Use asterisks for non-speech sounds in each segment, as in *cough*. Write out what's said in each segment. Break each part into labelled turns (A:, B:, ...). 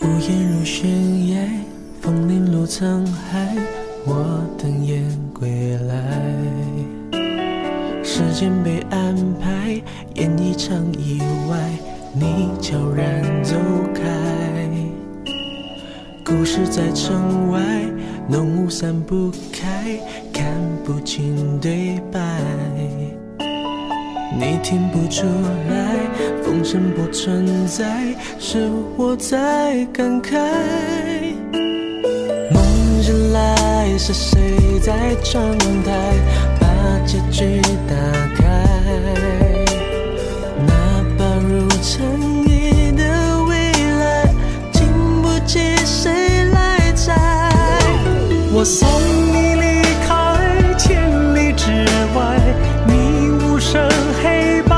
A: 屋檐如雪夜，枫林落沧海，我等雁归来。时间被安排，演一场意外，你悄然走开。故事在城外，浓雾散不开，看不清对白。你听不出来，风声不存在，是我在感慨。梦醒来，是谁在窗台把结局打开？那把如尘埃的未来，经不起谁来摘。我送你离开千里之外，你无声黑白。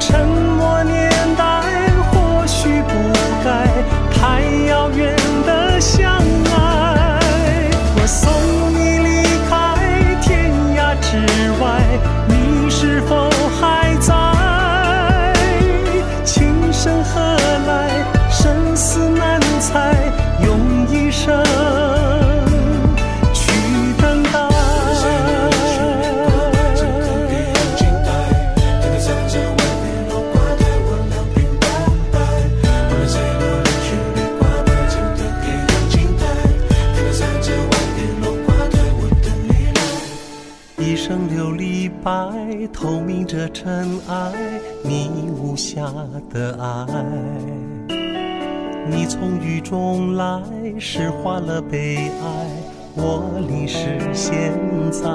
A: 沉默年代或许不该太遥远的相爱。我送你离开天涯之外，你是否还在？情深何来？生死难猜，用一生去等待。一生琉璃白，透明着尘埃，你无瑕的爱。你从雨中来，诗化了悲哀，我淋湿现在。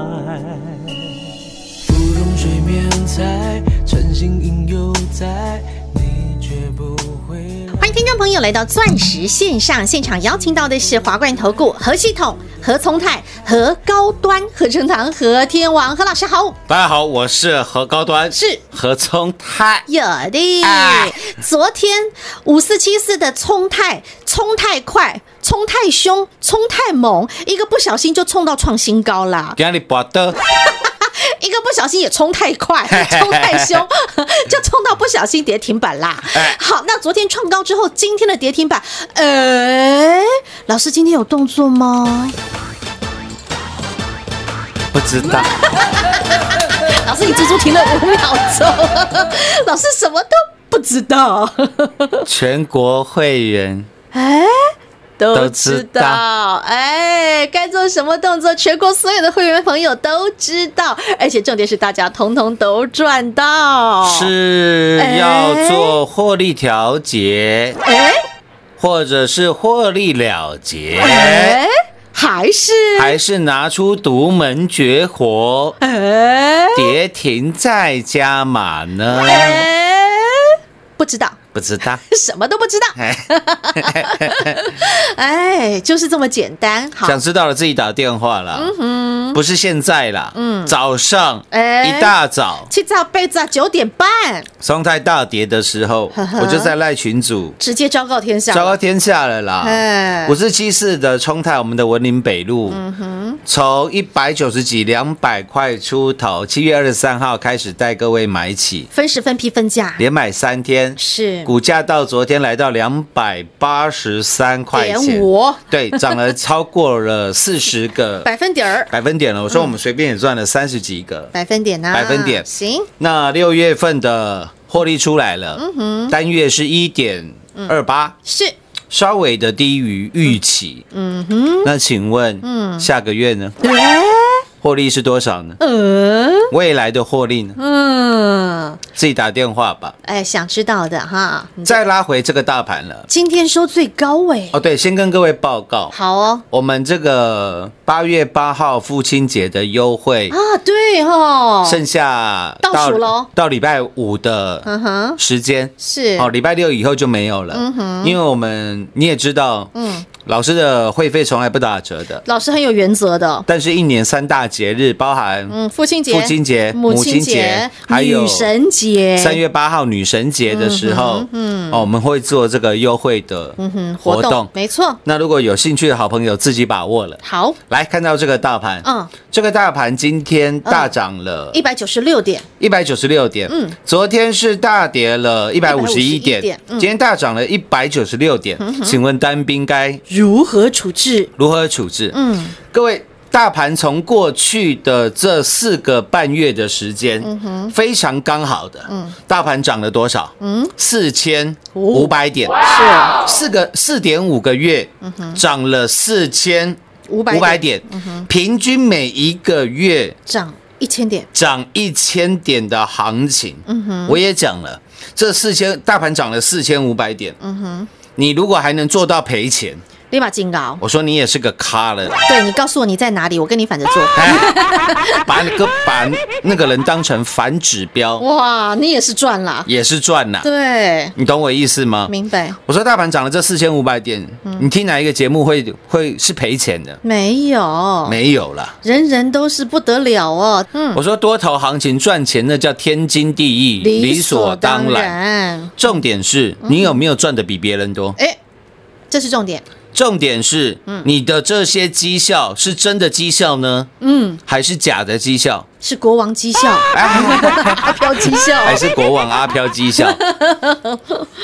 A: 芙蓉水面采，晨星影犹在，你却不回来。
B: 欢迎听众朋友来到钻石线上现场，邀请到的是华冠投顾何系统、何聪泰、何高端、何成堂、何天王，何老师好。
C: 大家好，我是何高端，
B: 是
C: 何聪泰，
B: 有的，
C: 哎
B: 昨天五四七四的冲太冲太快，冲太凶，冲太猛，一个不小心就冲到创新高啦。
C: 给你博的，
B: 一个不小心也冲太
C: *laughs*
B: 快，冲太凶， *laughs* 就冲到不小心跌停板啦。
C: 哎
B: 好，那昨天创高之后，今天的跌停板，呃，老师今天有动作吗？
C: 不知道，
B: 老师，你足足停了五秒钟， *laughs* 老师什么都不知道。 *laughs*
C: 全国会员
B: 哎，都
C: 都
B: 知
C: 知
B: 道，哎，该做什么动作，全国所有的会员朋友都知道，而且重点是大家通通都赚到。，
C: 是
B: 哎
C: 要做获利调节，
B: 哎
C: 或者是获利了结，
B: 哎，还是
C: 还是拿出独门绝活，
B: *laughs* 哎
C: 跌停再加码呢？
B: 哎，不知道，
C: 不知道，
B: 什么都不知道，
C: 哎
B: *laughs* 哎，就是这么简单。好，嗯
C: 想知道的自己打电话啦，不是现在啦，早上
B: 哎
C: 一大早。
B: 去早被子啊，九点半
C: 双泰大跌的时候
B: 呵呵，
C: 我就在赖群组
B: 直接昭告天下了，
C: 昭告天下了啦
B: 哎。
C: 五四七四的冲泰，我们的文林北路，
B: 嗯
C: 从一百九十几、两百块出头，七月二十三号开始带各位买起，
B: 分时分批分价，
C: 连买三天，
B: 是
C: 股价到昨天来到两百八十三块
B: 点
C: 钱，
B: 五
C: 对，涨了超过了四十个
B: *laughs* 百嗯分点儿，
C: 百分点了。我说我们随便也赚了三十几个，
B: 百分点呐、
C: 百分点
B: 行，
C: 那六月份的获利出来了，
B: 嗯
C: 单月是一点二八，
B: 是
C: 稍微的低于预期。嗯哼，那请问，下个月呢？
B: 嗯 *laughs* 哎
C: 获利是多少呢？
B: 嗯
C: 未来的获利呢？
B: 嗯，
C: 自己打电话吧。
B: 哎，想知道的哈，
C: 再拉回这个大盘了。
B: 今天收最高位，
C: 哦，对，先跟各位报告，
B: 好哦
C: 我们这个八月八号父亲节的优惠
B: 啊，对哦，
C: 剩下
B: 倒数喽
C: 到到礼拜五
B: 嗯
C: 的
B: 哼，
C: 时间。
B: 是
C: 哦，礼拜六以后就没有了，因为我们你也知道，
B: 嗯
C: 老师的会费从来不打折的，
B: 老师很有原则的，
C: 但是一年三大节日，包含
B: 嗯，父亲节、
C: 父亲节、
B: 母亲节、
C: 还有
B: 女神节，
C: 三月八号女神节的时候，嗯，哦，我们会做这个优惠的
B: 嗯
C: 活
B: 活
C: 动
B: 动，。没错，
C: 那如果有兴趣的好朋友，自己把握了。
B: 好，
C: 来看到这个大盘，
B: 嗯，
C: 这个大盘今天大涨了
B: 一百九十六点，
C: 一百九十六点，
B: 嗯，
C: 昨天是大跌了一百五十一点，嗯
B: 点嗯
C: 今天大涨了一百九十六点，请问单兵该
B: 如何处置？
C: 如何处置？
B: 嗯，
C: 各位，大盘从过去的这四个半月的时间，非常刚好的，大盘涨了多少？嗯，四千五百点，是嗯四个四点五个月，涨了四千
B: 500
C: 点，嗯平均每一个月
B: 涨一千点，
C: 涨一千点的行情，我也讲了，这四千大盘涨了四千五百点，你如果还能做到赔钱，
B: 立马进高。
C: 我说你也是个咖了。
B: 对你告诉我你在哪里，我跟你反着做。
C: 哎， *laughs* 把那个把那个人当成反指标，
B: 哇，你也是赚啦。
C: 也是赚呐、
B: 对，
C: 你懂我意思吗？
B: 明嗯白。
C: 我说大盘涨了这四千五百点，你听哪一个节目会会是赔钱的？
B: 没有，
C: 没有啦。
B: 人人都是不得了哦。嗯，
C: 我说多头行情赚钱那叫天经地义，理所当然。
B: 然。嗯
C: 重点是你有没有赚的比别人多？
B: 哎，这是重点。
C: 重点是你的这些绩效是真的绩效呢，
B: 嗯，
C: 还是假的绩效？
B: 是国王绩效，
C: 哎
B: *laughs* 阿飘绩效。
C: *laughs* 还是国王阿飘绩 *laughs* 效。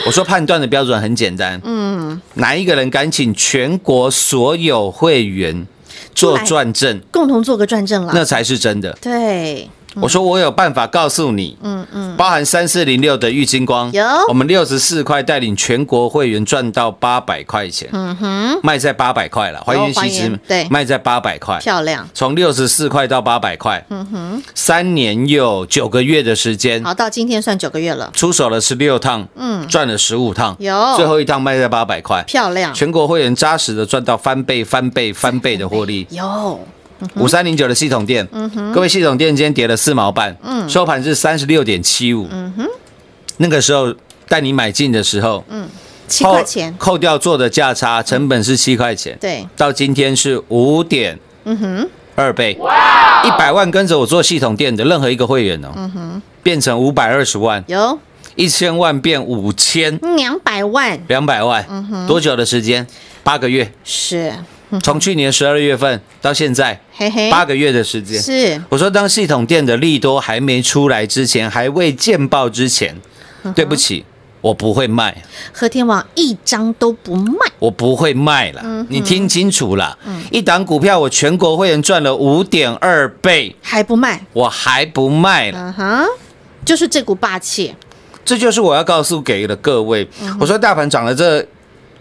C: 我说判断的标准很简单，嗯，哪一个人敢请全国所有会员做转正，
B: 共同做个转正
C: 那
B: 了。
C: 才是真的。
B: 对，
C: 我说我有办法告诉你，嗯嗯，包含三四零六的玉金光，
B: 有
C: 我们六十四块带领全国会员赚到八百块钱，嗯哼，哦卖在八百块了，还原
B: 还
C: 息
B: 原
C: 值
B: 对
C: 卖在八百块，
B: 漂亮。
C: 从六十四块到八百块，嗯哼，三年又九个月的时间，
B: 好，到今天算九个月了，
C: 出手了十六趟，嗯，赚了十五趟，
B: 有
C: 最后一趟卖在八百块，
B: 漂亮。
C: 全国会员扎实的赚到翻倍、翻倍、翻倍的获利。
B: 有
C: 五三零九的系统店，
B: 嗯
C: 各位系统店今天跌了四毛半，收盘是三十六点七五，
B: 嗯
C: 那个时候带你买进的时候，
B: 嗯七块钱，
C: 扣扣掉做的价差成本是七块钱，
B: 对，
C: 到今天是五点，二
B: 嗯
C: 倍，一百万跟着我做系统店的任何一个会员哦，
B: 嗯
C: 变成五百二十万，
B: 有
C: 一千万变五千
B: 两百万，
C: 两百万，多久的时间？八个月，
B: 是，
C: 从去年十二月份到现在，
B: 嘿嘿，
C: 八个月的时间。
B: 是
C: 我说，当系统店的利多还没出来之前，还未见报之前，对不起，我不会卖，
B: 和天王一张都不卖，
C: 我不会卖啦。你听清楚啦，一档股票我全国会员赚了五点二倍，
B: 还不卖，
C: 我还不卖啦。
B: 嗯哼，就是这股霸气，
C: 这就是我要告诉给了各位，
B: 嗯
C: 我说大盘涨了这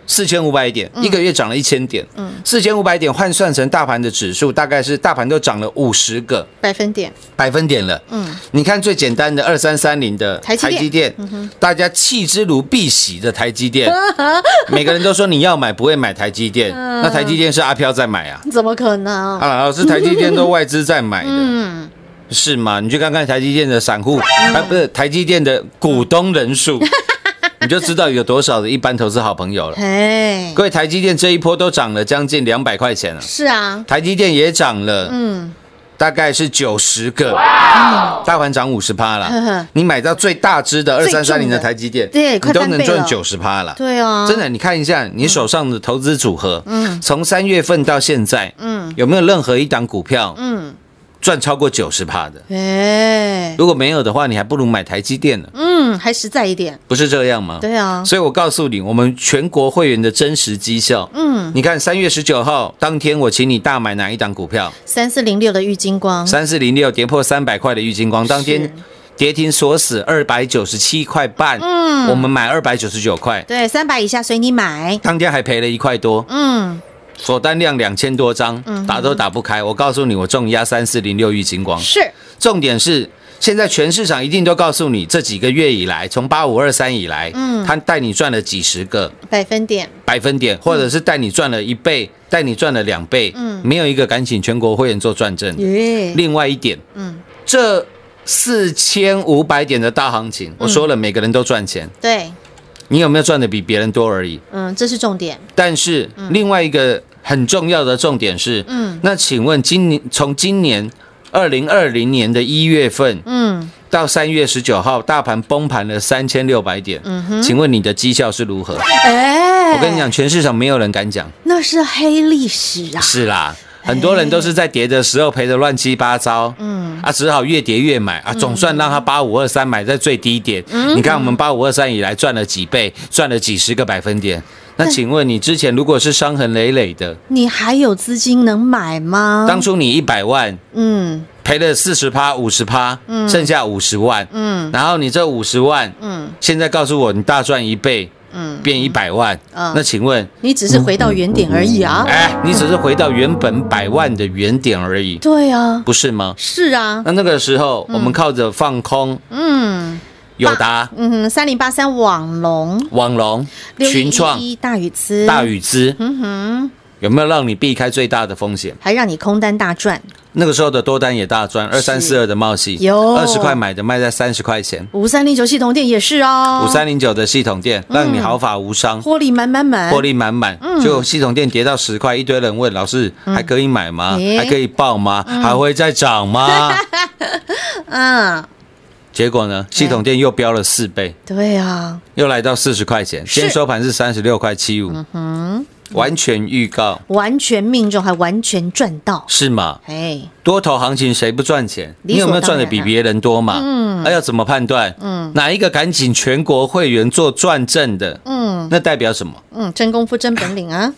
C: 四千五百点，一个月涨了一千点，
B: 嗯
C: 四千五百点换算成大盘的指数，大概是大盘都涨了五十个
B: 百分点，
C: 百分点了。
B: 嗯，
C: 你看最简单的二三三零的
B: 台积电嗯
C: 电，大家弃之如敝屣的台
B: *laughs*
C: 积电，每个人都说你要买不会买台积电，
B: 嗯
C: 那台积电是阿飘在买啊，
B: 怎么可能？
C: 啊，老师台积电都外资在买的。
B: 嗯
C: 是吗？你去看看台积电的散户，啊，不是台积电的股东
B: *laughs*
C: 人数，你就知道有多少的一般投资好朋友了。
B: 哎，
C: 各位，台积电这一波都涨了将近两百块钱了，
B: 是啊，
C: 台积电也涨了，
B: 嗯，
C: 大概是九十个，大盘涨五十趴
B: 呵呵
C: 了。你买到最大只的二
B: 最
C: 三三
B: 重
C: 零的
B: 的
C: 台积电，
B: 对
C: 你
B: 快
C: 都
B: 翻
C: 能
B: 倍
C: 赚
B: 了
C: 九十趴了。
B: 对啊，
C: 真的，你看一下你手上的投资组合，嗯，从三月份到现在，嗯，有没有任何一档股票，嗯，赚超过九十趴的？
B: 哎，
C: 如果没有的话，你还不如买台积电呢，
B: 嗯，还实在一点，
C: 不是这样吗？
B: 对啊，
C: 所以我告诉你，我们全国会员的真实绩效，嗯，你看三月十九号当天，我请你大买哪一档股票？
B: 三四零六的玉金光，
C: 三四零六跌破三百块的玉金光，当天
B: 是
C: 跌停锁死二百九十七块半，嗯，我们买二百九十九块，
B: 对，三百以下随你买，
C: 当天还赔了一块多，
B: 嗯，
C: 锁单量两千多张，打都打不开。我告诉你，我重压三四零六玉金光。
B: 是
C: 重点是，现在全市场一定都告诉你，这几个月以来，从八五二三以来，嗯，他带你赚了几十个
B: 百分点，
C: 百分点，或者是带你赚了一倍，带你赚了两倍，嗯，没有一个敢请全国会员做转正。
B: 耶，
C: 另外一点，
B: 嗯，
C: 这四千五百点的大行情，我说了，每个人都赚钱，
B: 对，
C: 你有没有赚的比别人多而已。
B: 嗯，这是重点，
C: 但是另外一个很重要的重点是，
B: 嗯
C: 嗯，那请问今年从今年二零二零年的一月份
B: 嗯，
C: 到三月十九号，大盘崩盘了三千六百点，请问你的绩效是如何？
B: 哎，
C: 我跟你讲，，全市场没有人敢讲，
B: 那是黑历史啊，
C: 是啦。很多人都是在跌的时候赔的乱七八糟，嗯啊，只好越跌越买啊，总算让他八五二三买在最低点。你看我们八五二三以来赚了几倍，赚了几十个百分点。那请问你之前如果是伤痕累累的，
B: 你还有资金能买吗？
C: 当初你一百万
B: 嗯
C: 赔了四十趴、五十趴，剩下五十万，
B: 嗯
C: 然后你这五十万，
B: 嗯，
C: 现在告诉我你大赚一倍，
B: 嗯
C: 变一百万，
B: 嗯
C: 那请问，
B: 你只是回到原点而已啊，
C: 哎，你只是回到原本百万的原点而已，
B: 对啊，
C: 不是吗？
B: 是啊，
C: 那那个时候我们靠着放空
B: 嗯
C: 友达、
B: 嗯，三零八三网龙，
C: 网龙、群创、
B: 6111大宇资，
C: 大宇资，
B: 嗯
C: 有没有让你避开最大的风险？
B: 还让你空单大赚
C: 那个时候的多单也大赚，二三四二的茂系，
B: 有
C: 二十块买的卖在三十块钱。
B: 五三零九系统店也是哦，嗯
C: 五三零九的系统店，让你毫发无伤，
B: 获利满满满，
C: 获利满满。
B: 嗯
C: 就系统店跌到十块，一堆人问老师还可以买吗
B: 诶？
C: 还可以报吗？还会再涨吗？
B: 嗯， *laughs*
C: 结果呢，系统店又飙了四倍，
B: 对啊，
C: 又来到四十块钱，
B: 是嗯
C: 今天收盘是三十六块七五，完全预告
B: 完全命中，还完全赚到，
C: 是吗？
B: 哎，
C: 多头行情谁不赚钱？
B: 理所
C: 你有没有赚的
B: 当然
C: 比
B: 啊
C: 别人多嘛？嗯，那要怎么判断？嗯，哪一个敢请全国会员做转正的？嗯，那代表什么？
B: 嗯，真功夫真本领啊，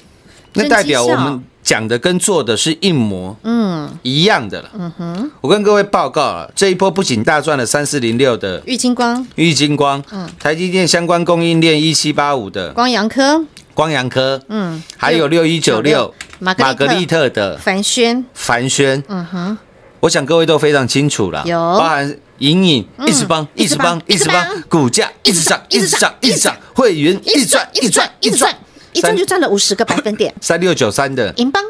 C: 那代表我
B: 真绩
C: 们讲的跟做的是一模嗯一样的了。嗯哼，我跟各位报告啊，这一波不仅大赚了三四零六的
B: 郁金光、
C: 玉金光，台积电相关供应链一七八五的
B: 光阳科、
C: 光阳科，
B: 嗯，
C: 还有六一九六
B: 玛格丽特
C: 玛格丽特的
B: 凡轩，
C: 凡轩，
B: 嗯哼，
C: 我想各位都非常清楚了，
B: 有
C: 包含隐隐一直帮，嗯一直帮，
B: 一
C: 一
B: 直
C: 直
B: 帮
C: 帮，股价一直涨，一直涨，一直涨，会员一直赚，一直赚，一直赚，，
B: 一赚就赚了五十个百分点
C: 三六九三的
B: 银邦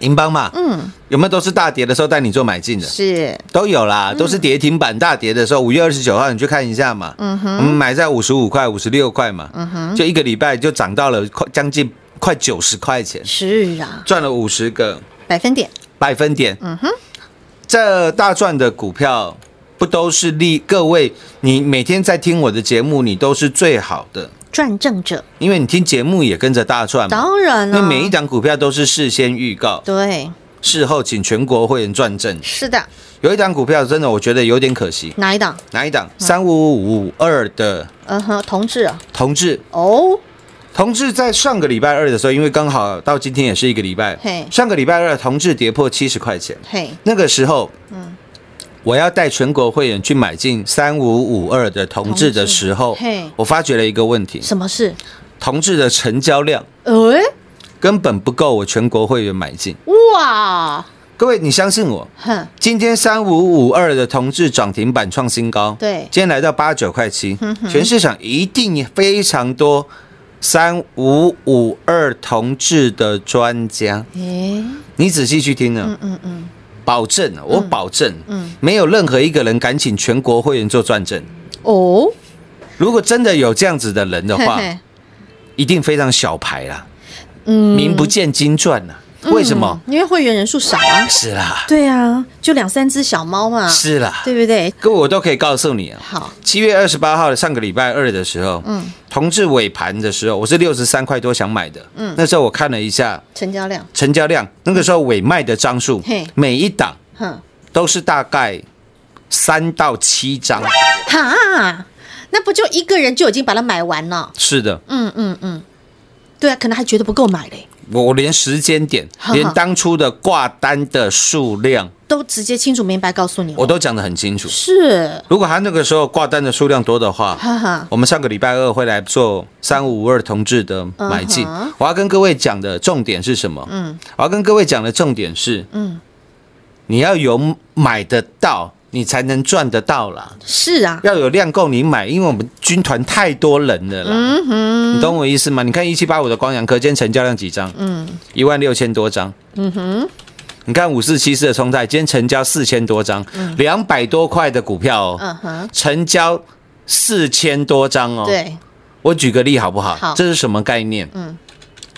C: 银邦嘛，嗯，有没有都是大跌的时候带你做买进的？
B: 是
C: 都有啦，都是跌停板大跌的时候，五月二十九号你去看一下嘛，嗯哼，我们买在五十五块、五十六块嘛，嗯哼，就一个礼拜就涨到了快将近快九十块钱，
B: 是啊，
C: 赚了五十个
B: 百分点，
C: 百分点，嗯哼，这大赚的股票不都是利？各位，你每天在听我的节目，你都是最好的，
B: 赚正者，
C: 因为你听节目也跟着大赚嘛，
B: 当然
C: 因
B: 了，
C: 为嗯每一档股票都是事先预告，
B: 对，
C: 事后请全国会员转正。
B: 是的，
C: 有一档股票真的我觉得有点可惜，
B: 哪一档？
C: 哪一档？三五五二的
B: 嗯哼，同志啊
C: 同志，
B: 哦，
C: 同志在上个礼拜二的时候，因为刚好到今天也是一个礼拜
B: 嘿，
C: 上个礼拜二同志跌破七十块钱，
B: 嘿，
C: 那个时候，我要带全国会员去买进三五五二的同志的时
B: 同
C: 候
B: 志嘿，
C: 我发觉了一个问题，
B: 什么事？
C: 同志的成交量
B: 哎，
C: 根本不够我全国会员买进。
B: 哇，
C: 各位，你相信我，
B: 哼，
C: 今天三五五二的同志涨停板创新高，
B: 对嗯
C: 今天来到八九块七，全市场一定非常多三五五二同志的专家，
B: 哎，
C: 你仔细去听呢，
B: 嗯嗯嗯，
C: 保证啊，我保证，没有任何一个人敢请全国会员做转正。
B: 哦，
C: 如果真的有这样子的人的
B: 嘿 *laughs*
C: 话，
B: 嘿
C: 一定非常小牌啦，
B: 嗯
C: 名不见经传啦。为什么？
B: 因为会员人数少啊。
C: 是啦，
B: 对啊，就两三只小猫嘛，
C: 是啦，
B: 对不对？
C: 各位我都可以告诉你啊。
B: 好，
C: 七月二十八号的上个礼拜二的时候，嗯，同志尾盘的时候，我是六十三块多想买的，嗯，那时候我看了一下
B: 成交量，
C: 成交量，那个时候尾卖的张数
B: 嘿，
C: 每一档
B: 哼，
C: 都是大概三到七张，
B: 哈，那不就一个人就已经把它买完了？
C: 是的，
B: 嗯嗯嗯，对啊，可能还觉得不够买嘞，
C: 我我连时间点，
B: 呵呵
C: 连当初的挂单的数量，
B: 都直接清楚明白告诉你了。
C: 我都讲得很清楚。
B: 是，
C: 如果他那个时候挂单的数量多的话
B: 哈哈，
C: 我们上个礼拜二会来做三五五二同志的买进
B: 嗯哼。
C: 我要跟各位讲的重点是什么？嗯，我要跟各位讲的重点是，
B: 嗯，
C: 你要有买得到，你才能赚得到啦。
B: 是啊，
C: 要有量够你买，因为我们军团太多人了啦。
B: 嗯
C: 你懂我意思吗？你看一七八五的光阳科，今天成交量几张？嗯，一万六千多张。嗯哼。你看五四七四的冲泰，今天成交四千多张，两百、多块的股票哦，
B: 嗯哼，
C: 成交四千多张哦。，
B: 对，
C: 我举个例好不好？
B: 好
C: 这是什么概念？
B: 嗯，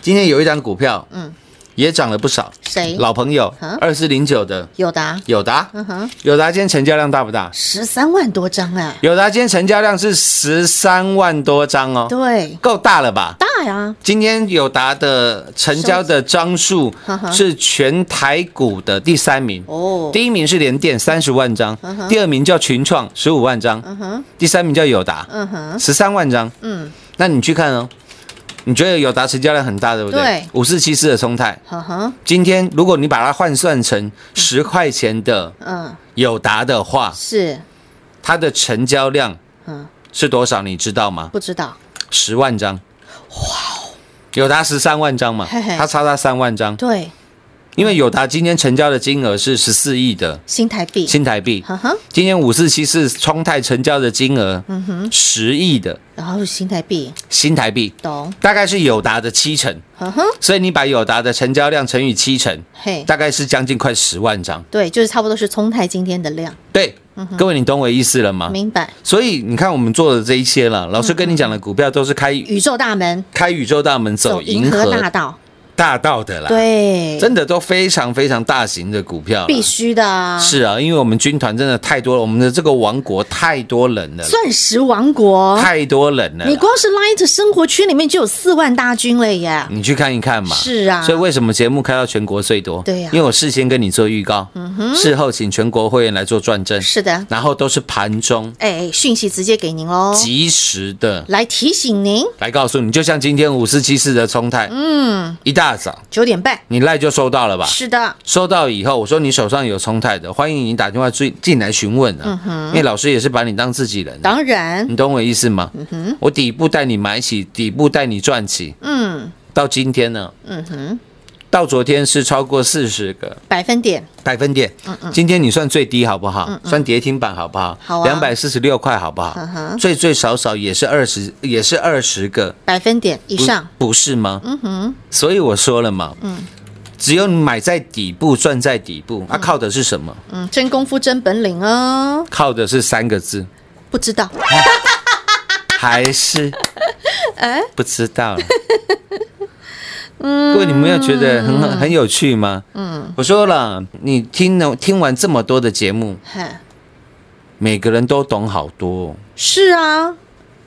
C: 今天有一张股票，
B: 嗯，
C: 也涨了不少。
B: 谁
C: 老朋友
B: 嗯，
C: 二四零九的
B: 有答，
C: 友达，
B: 嗯哼，
C: 友达今天成交量大不大？
B: 十三万多张哎、
C: 友达今天成交量是十三万多张哦，
B: 对，
C: 够大了吧？
B: 大呀，
C: 今天友达的成交的张数
B: 呵呵
C: 是全台股的第三名，
B: 哦，
C: 第一名是联电三十万张，第二名叫群创十五万张，
B: 嗯哼，
C: 第三名叫友达
B: 嗯哼，
C: 十三万张。
B: 嗯，
C: 那你去看哦，你觉得友达成交量很大，对不对
B: 对？
C: 五四七四的松泰，
B: 呵呵，
C: 今天如果你把它换算成十块钱的
B: 嗯，
C: 友达的话，
B: 是，
C: 它的成交量
B: 嗯，
C: 是多少？你知道吗？
B: 不知道，
C: 十万张，哇友达十三万张嘛，
B: 哦嘿嘿
C: 它差它三万张，
B: 对，
C: 因为友达今天成交的金额是十四亿的
B: 新台币，
C: 新台币，
B: 呵呵，
C: 今天五四七四冲泰成交的金额十亿的
B: 然后新台币，
C: 新台币，
B: 懂，
C: 大概是友达的七成，
B: 呵呵，
C: 所以你把友达的成交量乘以七成，
B: 嘿，
C: 大概是将近快十万张。
B: 对，就是差不多是冲泰今天的量，
C: 对，各位你懂我意思了吗？
B: 明白？
C: 所以你看我们做的这一些
B: 嗯
C: 了，老师跟你讲的股票都是开
B: 宇宙大门
C: 开宇宙大门走银河
B: 大道，
C: 大道的啦。
B: 对，
C: 真的都非常非常大型的股票啦，
B: 必须的啊，
C: 是啊，因为我们军团真的太多了，我们的这个王国太多人了啦，
B: 钻石王国，
C: 太多人了啦。
B: 啊你光是 Light 生活圈里面就有四万大军了耶！
C: 你去看一看嘛。
B: 是啊
C: 嗯所以为什么节目开到全国最多？
B: 对呀嗯
C: 因为我事先跟你做预告，事后请全国会员来做转正，
B: 是的，
C: 然后都是盘中
B: 哎，讯息直接给您喽，
C: 及时的
B: 来提醒您
C: 来告诉你，就像今天五四七四的冲泰，嗯，一大早
B: 九点半。
C: 你赖就收到了吧？
B: 是的，
C: 收到以后，我说你手上有冲泰的，欢迎你打电话进进来询问
B: 嗯
C: 啊，因为老师也是把你当自己人啊、
B: 当然，
C: 你懂我意思吗？我底部带你买起，底部带你赚起，
B: 嗯
C: 到今天呢，
B: 嗯哼，
C: 到昨天是超过四十个
B: 百分点
C: 百分点，
B: 嗯
C: 今天你算最低好不好？算跌停板好不好？
B: 好啊
C: 两百四十六块好不好？
B: 嗯哼
C: 最最少少也是二十，也是二十个
B: 百分点以
C: 不
B: 上，嗯
C: 不是吗？嗯哼，所以我说了嘛，只有你买在底部，赚在底部，啊，靠的是什么？
B: 嗯，真功夫真本领哦。
C: 靠的是三
B: *laughs*
C: 个字，
B: 不知道，
C: 还是
B: 哎
C: 不知
B: *laughs*
C: 道了。
B: 嗯
C: 各位，你们有觉得很很很有趣吗？嗯，我说了，你听了听完这么多的节目，
B: 嘿
C: 每个人都懂好多哦、
B: 是啊，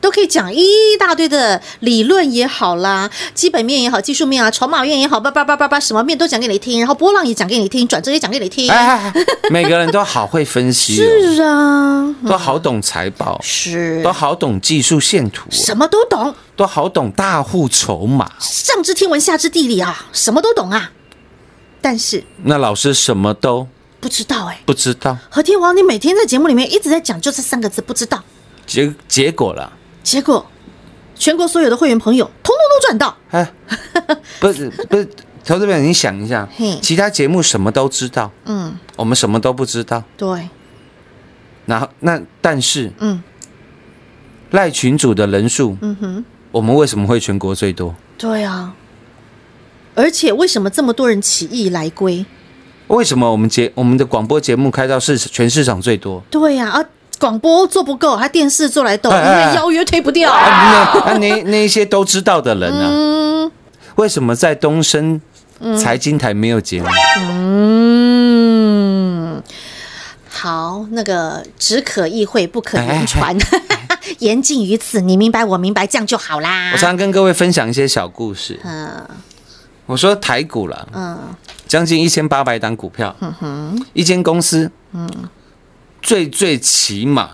B: 都可以讲一大堆的理论也好啦，基本面也好，技术面啊，筹码面也好，叭叭叭叭叭，什么面都讲给你听，然后波浪也讲给你听，转折也讲给你听。
C: 哎哎，哎每个人都好会分析、
B: *laughs*
C: 哦，
B: 是啊，
C: 都好懂财报，
B: 是
C: 都好懂技术线图哦、
B: 什么都懂，
C: 都好懂大户筹码哦。
B: 上知天文下知地理啊，什么都懂啊。但是
C: 那老师什么都
B: 不知道哎、
C: 不知道，
B: 和天王，你每天在节目里面一直在讲就这三个字，不知道。
C: 结结果了。
B: 结果，全国所有的会员朋友通通都赚到，
C: 哎，
B: *laughs*
C: 不是不是，投资者，你想一下
B: 嘿，
C: 其他节目什么都知道，
B: 嗯，
C: 我们什么都不知道。
B: 对，
C: 然后那但是
B: 嗯
C: 赖群主的人数，
B: 嗯哼，
C: 我们为什么会全国最多？
B: 对啊。而且为什么这么多人起义来归？
C: 为什么我们节我们的广播节目开到市全市场最多？
B: 对呀、啊，广播做不够，还电视做来斗，因
C: 哎哎哎
B: 为邀约推不掉。
C: 啊，那啊那那一些都知道的人啊，
B: 嗯
C: 为什么在东升财经台没有节目？
B: 嗯，好，那个只可意会不
C: 哎
B: 可言传， *laughs* 言尽于此，你明白我明白，这样就好啦。
C: 我常常跟各位分享一些小故事。
B: 嗯
C: 我说台股了，
B: 嗯
C: 将近一千八百档股票，一间公司，最最起码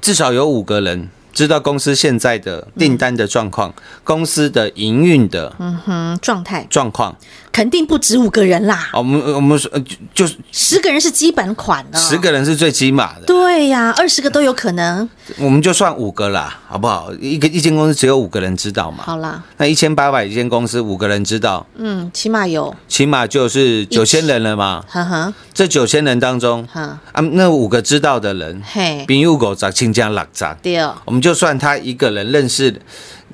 C: 至少有五个人知道公司现在的订单的状况，公司的营运的
B: 嗯，状态
C: 状况。
B: 肯定不止五个人啦，
C: 我们我们说呃就就是
B: 十个人是基本款呢、
C: 十个人是最起码的，
B: 对呀、二十个都有可能。
C: 我们就算五个啦，好不好？一个一间公司只有五个人知道嘛。
B: 好啦，
C: 那一千八百间公司五个人知道，
B: 嗯，起码有，
C: 起码就是九千人了嘛。
B: 呵呵，
C: 这九千人当中，
B: 哈，
C: 啊，那五个知道的人，
B: 嘿，
C: 丙入狗杂亲家六杂，
B: 对哦，
C: 我们就算他一个人认识，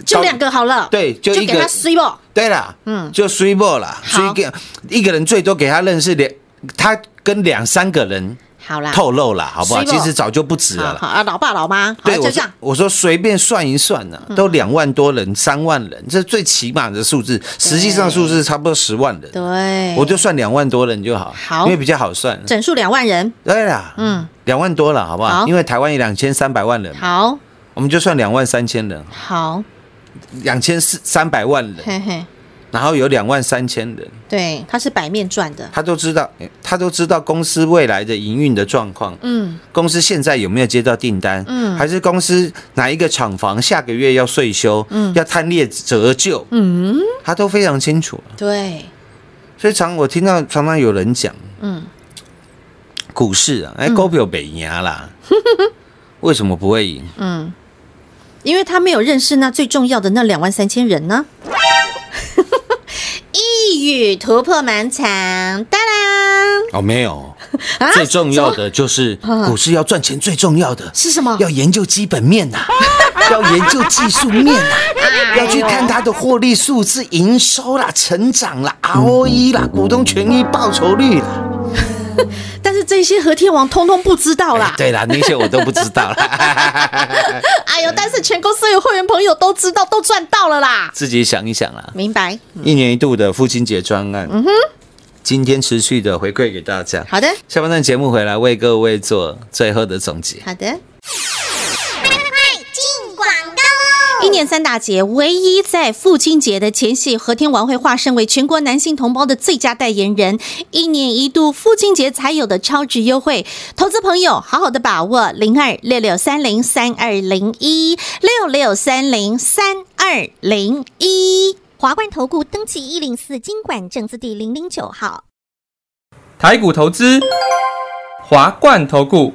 B: 就
C: 到
B: 两个好了，
C: 对就
B: 就
C: 一个
B: 给他 C 吧，
C: 对啦，嗯，就水波啦，
B: 好
C: 所以给一个人最多给他认识两，他跟两三个人
B: 好啦，
C: 透露啦，好不好？
B: 水某
C: 其实早就不止了
B: 好好
C: 啦。
B: 啊，老爸老妈，好
C: 对，
B: 就
C: 我
B: 这
C: 说
B: 样，嗯
C: 我说随便算一算呢、都两万多人、三万人，这最起码的数字，实际上数字差不多十万人，
B: 对，
C: 我就算两万多人就好，
B: 好
C: 因为比较好算。
B: 整数两万人，
C: 对啦，嗯，两万多了，好不好？
B: 好
C: 因为台湾有两千三百万人嘛，
B: 好
C: 我们就算两万三千人，
B: 好，
C: 两千四三百万人，
B: 嘿嘿，
C: 然后有两万三千人，
B: 对，他是白面赚的，
C: 他都知道，他都知道公司未来的营运的状况，
B: 嗯，
C: 公司现在有没有接到订单，嗯，还是公司哪一个厂房下个月要税修，嗯，要探列折旧，嗯，他都非常清楚。
B: 对，
C: 所以常我听到常常有人讲，
B: 嗯，
C: 股市啊，哎，股票北
B: *laughs*
C: 赢啦，为什么不会赢？
B: 嗯因为他没有认识那最重要的那两万三千人呢。 *laughs* 一语突破盲肠，当然
C: 哦，没有，
B: 啊
C: 最重要的就是股市要赚钱，最重要的
B: 是啊什么？
C: 要研究基
B: *laughs*
C: 本面呐、要研究技术面呐、
B: 哎
C: 要去看它的获利数字、营收啦、成长啦、
B: 嗯
C: ROE 啦、股东权益报酬率啦。
B: 但是这些和天王通通不知道啦。
C: 哎对啦，那些我都不知道
B: *laughs*
C: 啦，
B: 哎呦，但是全公司有会员朋友都知道，都赚到了啦。
C: 自己想一想啦。
B: 明白？
C: 一年一度的父亲节专案，嗯哼，今天持续的回馈给大家。
B: 好的，
C: 下半段节目回来为各位做最后的总结。
B: 好的。
D: 进广告喽！
B: 一年三大节，唯一在父亲节的前夕，和天王会化身为全国男性同胞的最佳代言人。一年一度父亲节才有的超值优惠，投资朋友好好的把握零二六六三零三二零一六六三零三二零一。
D: 华冠投顾登记一零四经管证字第零零九号。
E: 台股投资，华冠投顾。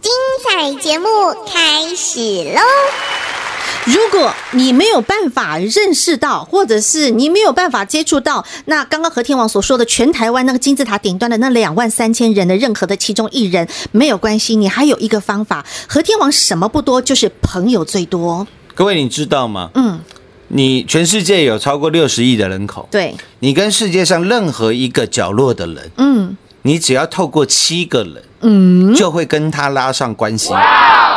D: 精彩节目开始喽！
B: 如果你没有办法认识到，或者是你没有办法接触到，那刚刚和天王所说的全台湾那个金字塔顶端的那两万三千人的任何的其中一人，没有关系，你还有一个方法。和天王什么不多，就是朋友最多。
C: 各位，你知道吗？
B: 嗯，
C: 你全世界有超过六十亿的人口，
B: 对，
C: 你跟世界上任何一个角落的人，
B: 嗯，
C: 你只要透过七个人，嗯，就会跟他拉上关系。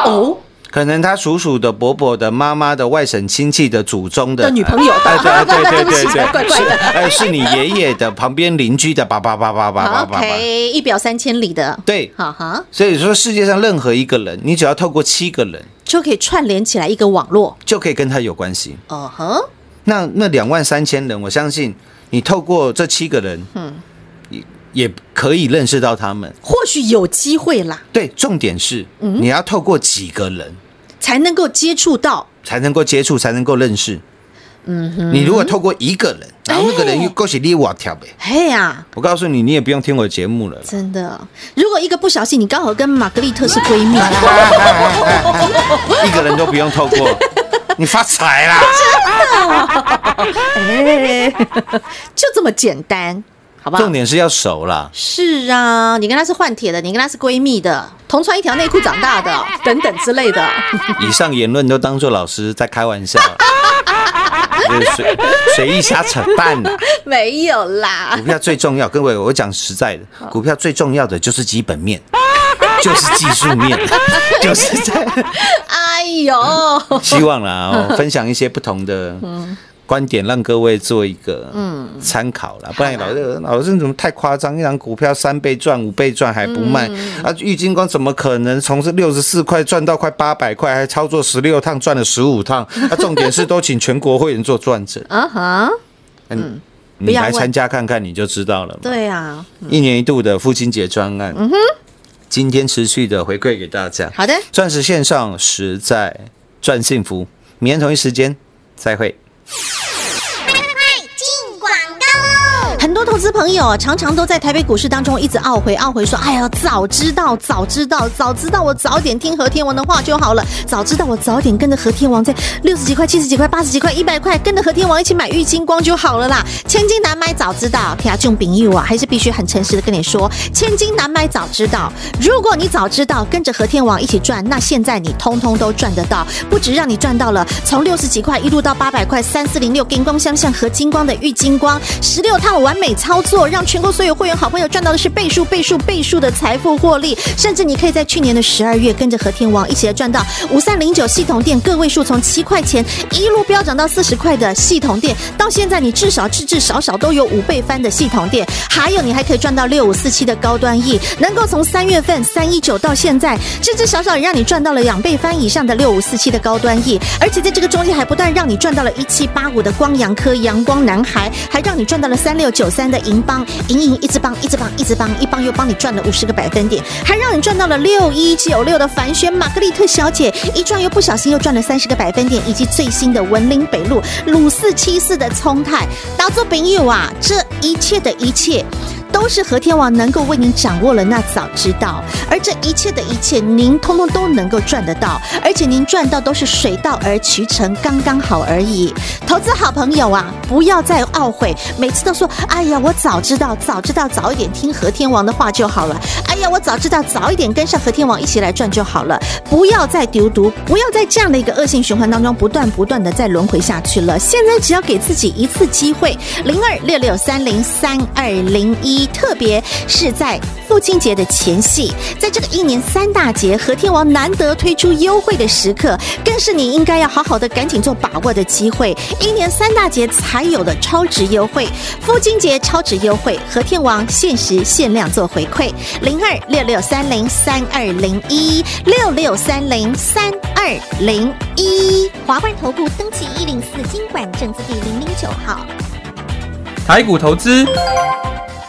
B: 哦，
C: 可能他叔叔的、伯伯的、妈妈的、外省亲戚的、祖宗的
B: 的女朋友
C: 哎
B: 的
C: 对对对对
B: *laughs* 对不起
C: 对，
B: 怪怪的
C: 是哎，是你爷爷的旁边邻居的，叭叭叭叭叭叭叭叭。
B: OK，一表三千里的，
C: 对，
B: 哈哈，
C: 所以说世界上任何一个人，你只要透过七个人，
B: 就可以串联起来一个网络。
C: 就可以跟他有关系。
B: 哦呵，
C: 那那两万三千人，我相信你透过这七个人，嗯，也也可以认识到他们。
B: 或许有机会啦，
C: 对，重点是、你要透过几个人
B: 才能够接触到。
C: 才能够接触，才能够认识。嗯哼，你如果透过一个人，然后那个人又勾起你我条呗，
B: 嘿呀、
C: 我告诉你，你也不用听我节目了 *laughs* 啦。
B: 真的，如果一个不小心，你
C: *laughs*
B: 刚好跟玛格丽特是闺蜜，
C: 一个人都不用透过，你发财啦！
B: 哎，就这么简单，好不好
C: 重？点是要熟啦。
B: 是啊，你跟她是换铁的，你跟她是闺蜜的，同穿一条内裤长
C: *laughs*
B: 大的，等等之类的。
C: 以上言论都当做老师在开玩笑， *laughs* 就是随随意瞎扯淡呐、
B: 没有啦
C: 股，票最重要，各位，我讲实在的，股票最重要的就是基本面，就是技术面， *laughs* 就是在
B: 哎呦，，
C: 希望啦、哦，分享一些不同的观点，让各位做一个参考啦。不然老是老是怎么太夸张，一档股票三倍赚、五倍赚还不卖啊？郁金光怎么可能从是六十四块赚到快八百块，还操作十六趟赚了十五趟？啊，重点是都请全国会员做转诊
B: 啊哈，
C: 嗯，
B: *laughs* 不
C: 你
B: 要
C: 来
B: 问
C: 参加看看你就知道了嘛。
B: 对嗯啊，
C: 一年一度的父亲节专案，今天持续的回馈给大家。
B: 好的，
C: 钻石线上实在赚幸福，明天同一时间再会。
D: 进广告喽！
B: 很多投资朋友常常都在台北股市当中一直懊悔，懊悔说：“哎呀，早知道，早知道，早知道我早点听和天王的话就好了，早知道我早点跟着和天王在六十几块、七十几块、八十几块、一百块跟着和天王一起买玉金光就好了啦。”千金难买早知道，天下重饼一我啊还是必须很诚实的跟你说，千金难买早知道。如果你早知道跟着和天王一起赚，那现在你通通都赚得到，不止让你赚到了，从六十几块一路到八百块，三四零六金光相向和金光的玉金光，十六趟完美操作，让全国所有会员好朋友赚到的是倍数、倍数、倍数的财富获利，甚至你可以在去年的十二月跟着和天王一起来赚到五三零九系统店个位数，从七块钱一路飙涨到四十块的系统店，到现在你至少至至少少都有五倍翻的系统店，还有你还可以赚到六五四七的高端 E，能够从三月份三一九到现在，至至少少也让你赚到了两倍翻以上的六五四七的高端 E，而且在这个中间还不但让你赚到了一七八五的光阳科、阳光男孩，还让你赚到了三六九三的银邦，银银一直帮，一直帮，一直帮，一帮又帮你赚了五十个百分点，还让你赚到了六一九六的凡轩玛格丽特小姐，一赚又不小心又赚了三十个百分点，以及最新的文林北路鲁四七四的聪泰，打做朋友啊，这一切的一切。都是和天王能够为您掌握了那早知道，而这一切的一切，您通通都能够赚得到，而且您赚到都是水到而渠成，刚刚好而已。投资好朋友啊，不要再懊悔，每次都说，哎呀，我早知道，早知道早一点听和天王的话就好了，哎呀，我早知道早一点跟上和天王一起来赚就好了，不要再丢毒，不要在这样的一个恶性循环当中不断不断的再轮回下去了。现在只要给自己一次机会，零二六六三零三二零一，特别是在父亲节的前夕，在这个一年三大节和天王难得推出优惠的时刻，更是你应该要好好的赶紧做把握的机会。一年三大节才有的超值优惠，父亲节超值优惠，和天王限时限量做回馈，零二六六三零三二零一六六三零三二零一。
D: 华冠投顾登记一零四经管证字第零零九号。
E: 台股投资，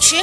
F: 全